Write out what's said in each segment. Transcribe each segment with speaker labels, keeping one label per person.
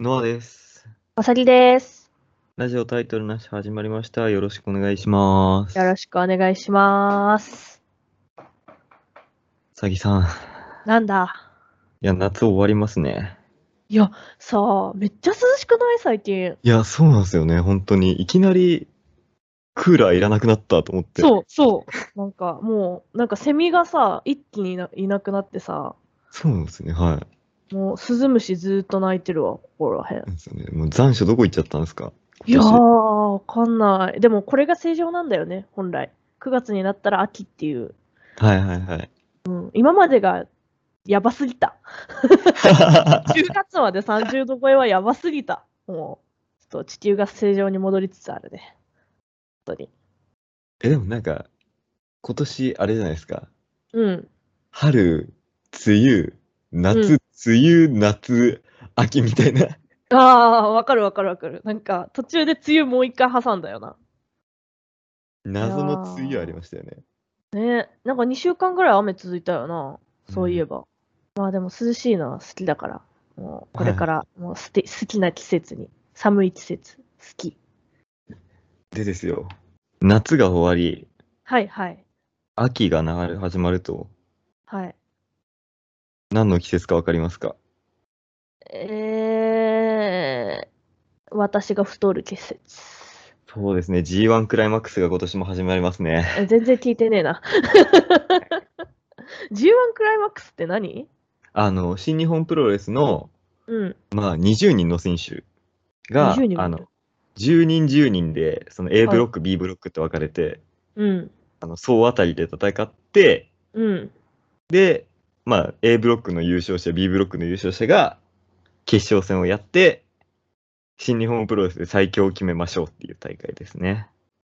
Speaker 1: ノアです。
Speaker 2: まさりです。
Speaker 1: ラジオタイトルなし始まりました。よろしくお願いします。
Speaker 2: よろしくお願いします。
Speaker 1: さぎさん。い
Speaker 2: なんだ
Speaker 1: や、夏終わりますね。
Speaker 2: さあ、めっちゃ涼しくない最近。
Speaker 1: いや、そうなんですよね。本当に。いきなり、クーラーいらなくなったと思って。
Speaker 2: そう、そう。なんかもう、なんかセミがさ、一気にいないなくなってさ、
Speaker 1: そうなんですね。は
Speaker 2: もうスズムシずーっと鳴いてるわ、ここらへん
Speaker 1: い。。ですよね。もう残暑どこ行っちゃったんですか
Speaker 2: いや
Speaker 1: 今
Speaker 2: ー、
Speaker 1: 年
Speaker 2: わかんない。でもこれが正常なんだよね、本来。9月になったら秋っていう。
Speaker 1: はいはいはい。
Speaker 2: うん、今までがやばすぎた。10月まで30度超えはやばすぎた。もう、ちょっと地球が正常に戻りつつあるね。本当に。
Speaker 1: え、でもなんか、今年、あれじゃないですか。
Speaker 2: うん。
Speaker 1: 春、梅雨、夏、梅雨、夏、秋みたいな。
Speaker 2: ああ、わかるわかるわかる。なんか、途中で梅雨もう一回挟んだよな。
Speaker 1: 謎の梅雨ありましたよね。
Speaker 2: ねなんか2週間ぐらい雨続いたよな。そういえば。まあでも涼しいのは好きだから。もう、これから、もうすて、好きな季節に。寒い季節。好き。
Speaker 1: でですよ。夏が終わり、
Speaker 2: はいはい。
Speaker 1: 秋が流れ始まると、
Speaker 2: はい。
Speaker 1: 何の季節かわかりますか
Speaker 2: えー、私が太る季節。
Speaker 1: そうですね、G1 クライマックスが今年も始まりますね。
Speaker 2: え全然聞いてねえな。G1 クライマックスって何
Speaker 1: あの、新日本プロレスの、
Speaker 2: うん。
Speaker 1: まあ、20人の選手が、
Speaker 2: 20人もいる
Speaker 1: あの、10人10人で、その A
Speaker 2: はい
Speaker 1: ブロック、B ブロックって分かれて、
Speaker 2: うん。
Speaker 1: あの総当たりで戦って、
Speaker 2: うん。
Speaker 1: で、まあ、A ブロックの優勝者、B ブロックの優勝者が、決勝戦をやって、新日本プロレスで最強を決めましょうっていう大会ですね。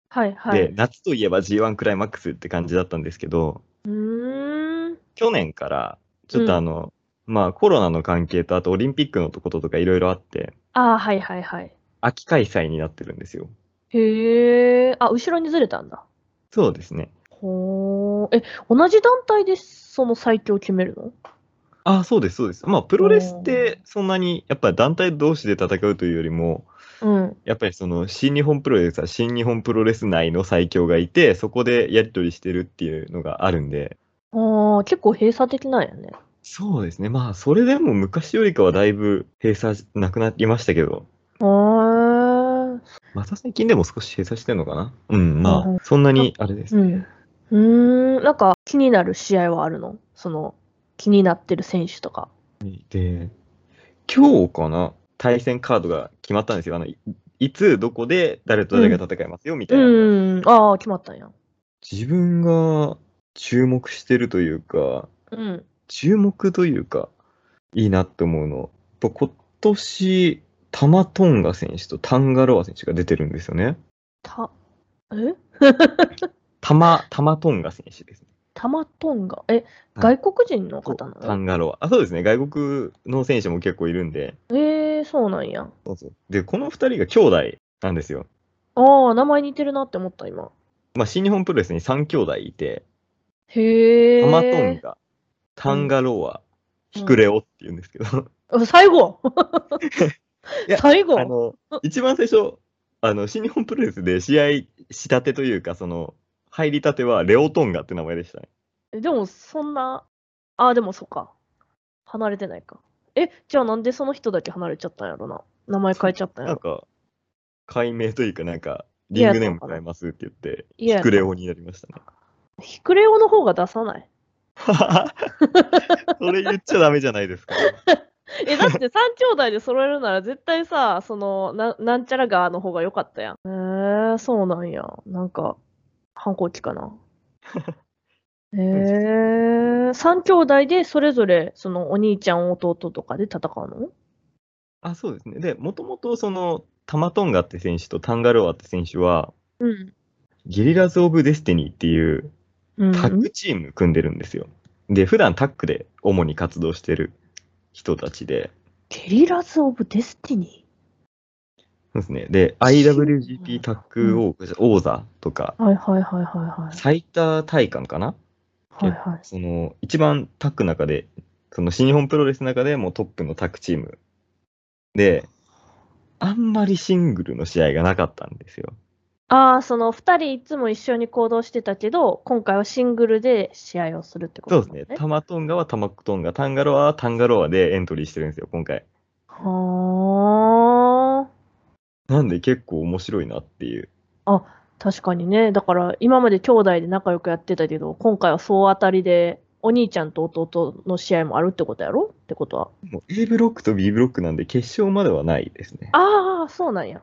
Speaker 2: はいはい。
Speaker 1: で、夏といえば G1 クライマックスって感じだったんですけど、
Speaker 2: うーん。
Speaker 1: 去年から、ちょっとあの、まあコロナの関係と、あとオリンピックのこととかいろいろあって、
Speaker 2: ああ、はいはいはい。
Speaker 1: 秋開催になってるんですよ。
Speaker 2: へえ。あ、後ろにずれたんだ。
Speaker 1: そうですね。
Speaker 2: ほー。え、同じ団体でその最強を決めるの
Speaker 1: あ、そうです、そうです。まあプロレスっ
Speaker 2: う
Speaker 1: て、そんなに、やっぱ団体同士で戦うというよりも、
Speaker 2: うん。
Speaker 1: やっぱりその新日本プロレスは新日本プロレス内の最強がいて、そこでやり取りしてるっていうのがあるんで、
Speaker 2: ああ、結構閉鎖的なんやね。
Speaker 1: そうですね。まあそれでも昔よりかはだいぶ閉鎖なくなりましたけど、
Speaker 2: へー。
Speaker 1: また最近でも少し閉鎖してんのかなうん、ま
Speaker 2: う
Speaker 1: あ、そんなに、あれです
Speaker 2: う
Speaker 1: ね
Speaker 2: ん。。うーん。なんか気になる試合はあるのその、気になってる選手とか。
Speaker 1: で、今日かな対戦カードが決まったんですよ。あの、いいつ、どこで、誰と誰が戦いますよ、みた
Speaker 2: う
Speaker 1: いな。
Speaker 2: ーん。ああ、決まったんや。
Speaker 1: 自分が注目してるというか、
Speaker 2: うん。
Speaker 1: 注目というか、いいなって思うの。やっぱ今年、タマトンガ選手とタンガロア選手が出てるんですよね。
Speaker 2: た、え
Speaker 1: タマ、タマトンガ選手ですね。
Speaker 2: タマトンガ。え、
Speaker 1: は
Speaker 2: 外
Speaker 1: い
Speaker 2: 国人の方な
Speaker 1: タ
Speaker 2: の
Speaker 1: ンガロア。あ、そうですね。外国の選手も結構いるんで。
Speaker 2: えー、そうなんや。
Speaker 1: そうそう。で、この2人が兄弟なんですよ。
Speaker 2: ああ、名前似てるなって思った、今。
Speaker 1: まあ、新日本プロレスに3兄弟いて、
Speaker 2: へえ。
Speaker 1: タマトンガ、タンガロア、ヒクレオって言うんですけど、
Speaker 2: あ最後
Speaker 1: いや
Speaker 2: 最
Speaker 1: あ
Speaker 2: 後
Speaker 1: の、一番最初、あの、新日本プロレスで試合したてというか、その、入りたてはレオトンガって名前でしたね。
Speaker 2: えでも、そんな、ああ、でもそっか。離れてないか。え、じゃあなんでその人だけ離れちゃったんやろな。名前変えちゃったん
Speaker 1: なん
Speaker 2: やろ。
Speaker 1: か、解明というか、なんか、リングネーム変えますって言って、
Speaker 2: いや
Speaker 1: ヒクレオになりましたね。
Speaker 2: ヒクレオの方が出さない。
Speaker 1: それ言っちゃダメじゃないですか。
Speaker 2: え、だって3兄弟で揃えるなら絶対さ、その、ななんちゃらがの方が良かったやん。えー、そうなんや。なんか、反抗期 かな。えー、3兄弟でそれぞれ、その、お兄ちゃん、弟とかで戦うの
Speaker 1: あ、そうですね。で、もともとその、タマトンガって選手とタンガロアって選手は、
Speaker 2: うん。
Speaker 1: ゲリラズ・オブ・デスティニーっていう
Speaker 2: うん、
Speaker 1: タッグチーム組んでるんですよ。で、普段タッグで主に活動してる人たちで、
Speaker 2: ゲリラズ・オブ・デスティニ
Speaker 1: そうですね。で、IWGP タッグ王,、王座とか、
Speaker 2: ー。はいはいはいはいはい。
Speaker 1: 最多体感かな
Speaker 2: はいはい。
Speaker 1: その、一番タッグの中で、その新日本プロレスの中でもトップのタッグチームで、あんまりシングルの試合がなかったんですよ。
Speaker 2: ああ、その2人いつも一緒に行動してたけど、今回はシングルで試合をするってこ
Speaker 1: そ
Speaker 2: と
Speaker 1: うですね。タマトンガはタマトンガ、タンガロアはタンガロアでエントリーしてるんですよ、今回。
Speaker 2: は
Speaker 1: なんで結構面白いなっていう。
Speaker 2: あ、確かにね。だから今まで兄弟で仲良くやってたけど、今回は総当たりで、お兄ちゃんと弟の試合もあるってことやろってことは。
Speaker 1: もう A ブロックと B ブロックなんで決勝まではないですね。
Speaker 2: ああ、そうなんや。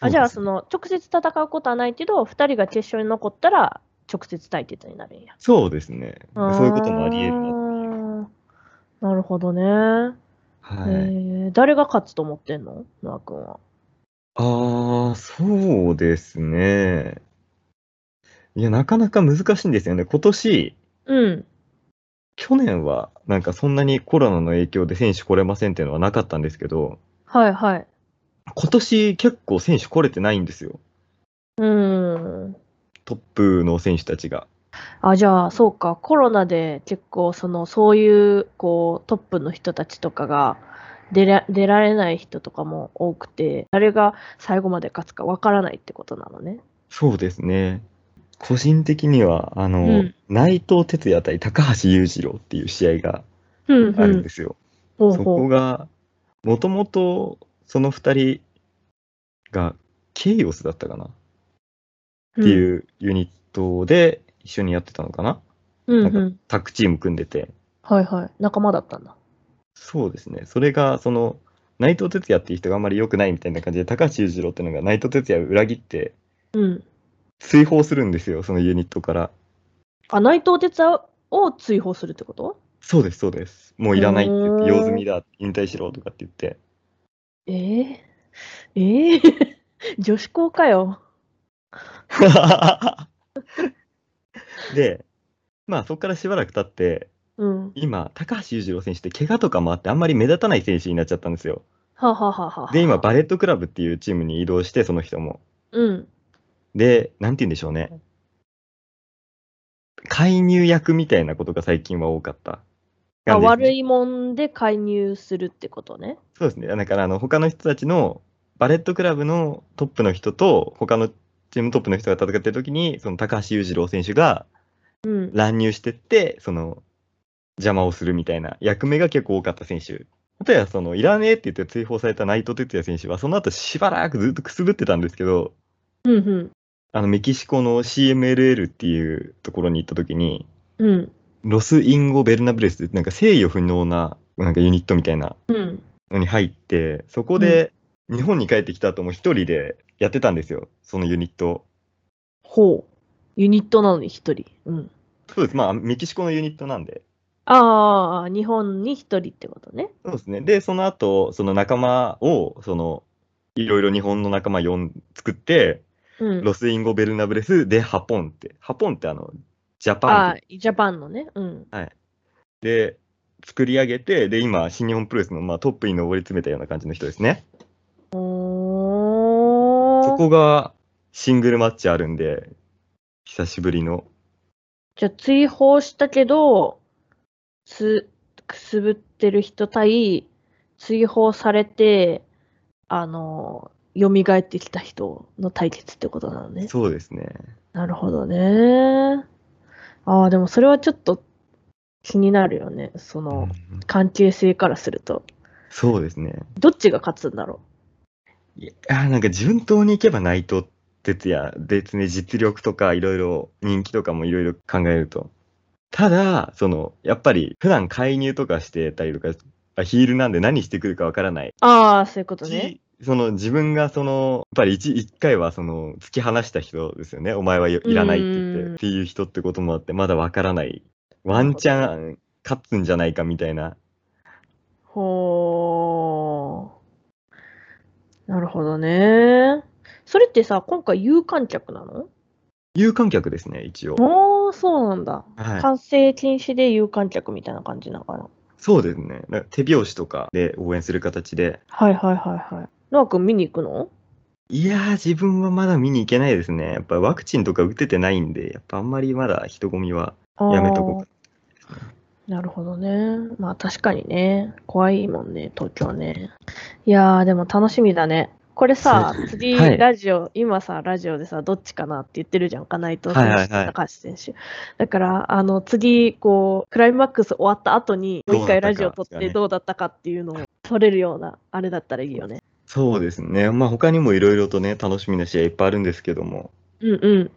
Speaker 2: あじゃあ、そ
Speaker 1: の。
Speaker 2: の、直接戦うことはないけど、2人が決勝に残ったら、直接対決になるんや。
Speaker 1: そうですね。そういうこともあり得るな。
Speaker 2: な。なるほどね。
Speaker 1: はい。
Speaker 2: えー誰が勝つと思ってんのノア君は。
Speaker 1: ああ、そうですね。いや、なかなか難しいんですよね。今年、
Speaker 2: うん。
Speaker 1: 去年は、なんかそんなにコロナの影響で選手来れませんっていうのはなかったんですけど、
Speaker 2: はいはい。
Speaker 1: 今年結構選手来れてないんですよ。
Speaker 2: うん。
Speaker 1: トップの選手たちが。
Speaker 2: あ、じゃあ、そうか。コロナで結構、その、そういう、こう、トップの人たちとかが出ら、出られない人とかも多くて、誰が最後まで勝つかわからないってことなのね。
Speaker 1: そうですね。個人的には、あの、
Speaker 2: うん
Speaker 1: 内藤哲也対高橋裕次郎っていう試合が
Speaker 2: うん、うん。
Speaker 1: あるんですよ。
Speaker 2: ほう
Speaker 1: そ
Speaker 2: ほ
Speaker 1: こ
Speaker 2: う。
Speaker 1: が、もともとその2人がケイオスだったかなって
Speaker 2: う
Speaker 1: いうユニットで一緒にやってたのかな、
Speaker 2: ん。うん、
Speaker 1: な
Speaker 2: うん。
Speaker 1: タッグチーム組んでて。
Speaker 2: はいはい。仲間だったんだ。
Speaker 1: そうですね。それが、その、内藤哲也っていう人があんまり良くないみたいな感じで、高橋裕次郎っていうのが内藤哲也を裏切って
Speaker 2: うん。
Speaker 1: 追放するんですよ、そのユニットから。
Speaker 2: あ、内藤哲也を追放するってこと
Speaker 1: そうです、そうです。もういらないって言っ
Speaker 2: へ
Speaker 1: て、
Speaker 2: ー
Speaker 1: 用済みだ、引退しろとかって言 って。
Speaker 2: えー、ええ 女子校かよ。
Speaker 1: で、まあそこからしばらく経って、
Speaker 2: うん。
Speaker 1: 今、高橋裕次郎選手って怪我とかもあって、あんまり目立たない選手になっちゃったんですよ。
Speaker 2: はあはあはあはあ。
Speaker 1: で、今、バレットクラブっていうチームに移動して、その人も。
Speaker 2: うん。
Speaker 1: で、なんて言うんでしょうね。介入役みたいなことが最近は多かった。
Speaker 2: あ、悪
Speaker 1: い。
Speaker 2: いもんで介入するってことね。
Speaker 1: そうですね。だから、あの、他の人たちの、バレットクラブのトップの人と、他のチームトップの人が戦ってる時に、その高橋裕次郎選手が
Speaker 2: うん。
Speaker 1: 乱入してって、その、邪魔をするみたいな役目が結構多かった選手。あとは、その、いらねえって言って追放された内藤哲也選手は、その後しばらくずっとくすぶってたんですけど、
Speaker 2: うん
Speaker 1: あの、メキシコの CMLL っていうところに行った時に、
Speaker 2: うん。うん。
Speaker 1: ロス・インゴ・ベルナブレスってなんか制御不能な、なんかユニットみたいな
Speaker 2: うん。
Speaker 1: のに入って、そこで日本に帰ってきた後も一人でやってたんですよ、そのユニットを。
Speaker 2: ほう。ユニットなのに一人。うん。
Speaker 1: そうです。まあ、メキシコのユニットなんで。
Speaker 2: ああ、日本に一人ってことね。
Speaker 1: そうですね。で、その後、その仲間を、その、いろいろ日本の仲間4作って、
Speaker 2: うん。
Speaker 1: ロスインゴ・ベルナブレスでハポンって、ハポンってあの、ジャパン
Speaker 2: あ
Speaker 1: っ
Speaker 2: あ、ジャパンのね。うん。
Speaker 1: て作り上げて、で、今、新日本プロレスの、まあ、トップに上り詰めたような感じの人ですね。
Speaker 2: お
Speaker 1: そ
Speaker 2: ー。
Speaker 1: こがシングルマッチあるんで、久しぶりの。
Speaker 2: じゃあ追放したけど、つ、くすぶってる人対、追放されて、あの、蘇ってきた人の対決ってことなのね。
Speaker 1: そうですね。
Speaker 2: なるほどね。ああ、でもそれはちょっと気になるよね。その、
Speaker 1: うん
Speaker 2: 関係性からすると。
Speaker 1: そうですね。
Speaker 2: どっちが勝つんだろ。
Speaker 1: いやーなんか順当にいけば内藤哲也ですね実力とかいろいろ人気とかもいろいろ考えるとただそのやっぱり普段介入とかしてたりとかヒールなんで何してくるかわからないう
Speaker 2: ああ、そういうことね。
Speaker 1: しその自分がそのやっぱり一一回はその突き放した人ですよねお前はいいらないって言って
Speaker 2: うん
Speaker 1: っていう人ってこともあってまだわからないワンチャン勝つんじゃないかみたいな
Speaker 2: ほー。なるほどね。それってさ、今回有観客なの
Speaker 1: 有観客ですね一応
Speaker 2: おー、そうなんだ。
Speaker 1: はい
Speaker 2: 完成禁止で有観客みたいな感じなのかな。
Speaker 1: そうですねなんか手拍子とかで応援する形で
Speaker 2: はいはいはいはい。ノア君見に行くの
Speaker 1: いやー、自分はまだ見に行けないですね。やっぱワクチンとか打ててないんで、やっぱあんまりまだ人混みは
Speaker 2: あー
Speaker 1: やめとこうか。
Speaker 2: なるほどね。まあ確かにね。怖いもんね、東京ね。いやー、でも楽しみだね。これさ、次、
Speaker 1: はい
Speaker 2: ラジオ、今さ、ラジオでさ、どっちかなって言ってるじゃんか、内藤
Speaker 1: はいは
Speaker 2: 選
Speaker 1: い
Speaker 2: 手、
Speaker 1: はい
Speaker 2: 高橋選手。だから、あの、次、こう、クライマックス終わった後に、もう一回ラジオ撮っ
Speaker 1: どうだったかですか
Speaker 2: て
Speaker 1: ね
Speaker 2: どうだったかっていうのを撮れるような、あれだったらいいよね。
Speaker 1: そうですね。まあ他にもいろいろとね、楽しみな試合いっぱいあるんですけども、
Speaker 2: うんう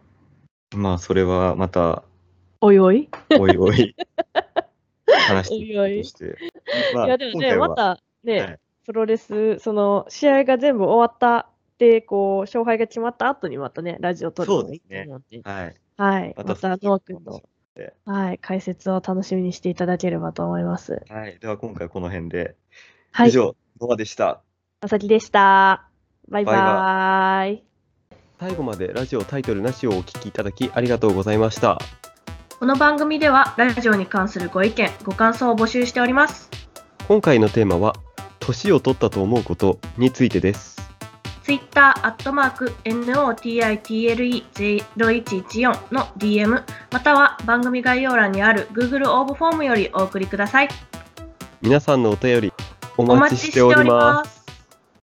Speaker 2: ん。
Speaker 1: まあそれはまた、
Speaker 2: おいおい。
Speaker 1: おいお い、話していくこととして。まあ
Speaker 2: いや、でも
Speaker 1: 今
Speaker 2: ね、
Speaker 1: 回は
Speaker 2: またね、
Speaker 1: はい
Speaker 2: プロレス、その、試合が全部終わったって、こう、勝敗が決まった後にまたね、ラジオ撮るのもいいと思うんで。
Speaker 1: はい。
Speaker 2: はい。また、ノア君の
Speaker 1: は、
Speaker 2: はい、解説を楽しみにしていただければと思います。
Speaker 1: い。では今回この辺で。
Speaker 2: は
Speaker 1: 以
Speaker 2: い。
Speaker 1: 上、ノアでした。
Speaker 2: まさきでした。バイバ
Speaker 1: バイ
Speaker 2: ーイ
Speaker 1: 最後までラジオタイトルなしをお聞きいただきありがとうございました。
Speaker 2: この番組では、ラジオに関するご意見、ご感想を募集しております。
Speaker 1: 今回のテーマは、年を取ったと思うことについてです。
Speaker 3: ツイッターアットマーク NOTITLE0114 の DM または番組概要欄にある Google 応募フォームよりお送りください。
Speaker 1: 皆さんのお便り、お
Speaker 3: お
Speaker 1: 待
Speaker 3: 待
Speaker 1: ち
Speaker 3: ち
Speaker 1: し
Speaker 3: してて
Speaker 1: お
Speaker 3: お
Speaker 1: り
Speaker 3: り
Speaker 1: ます。
Speaker 3: ます。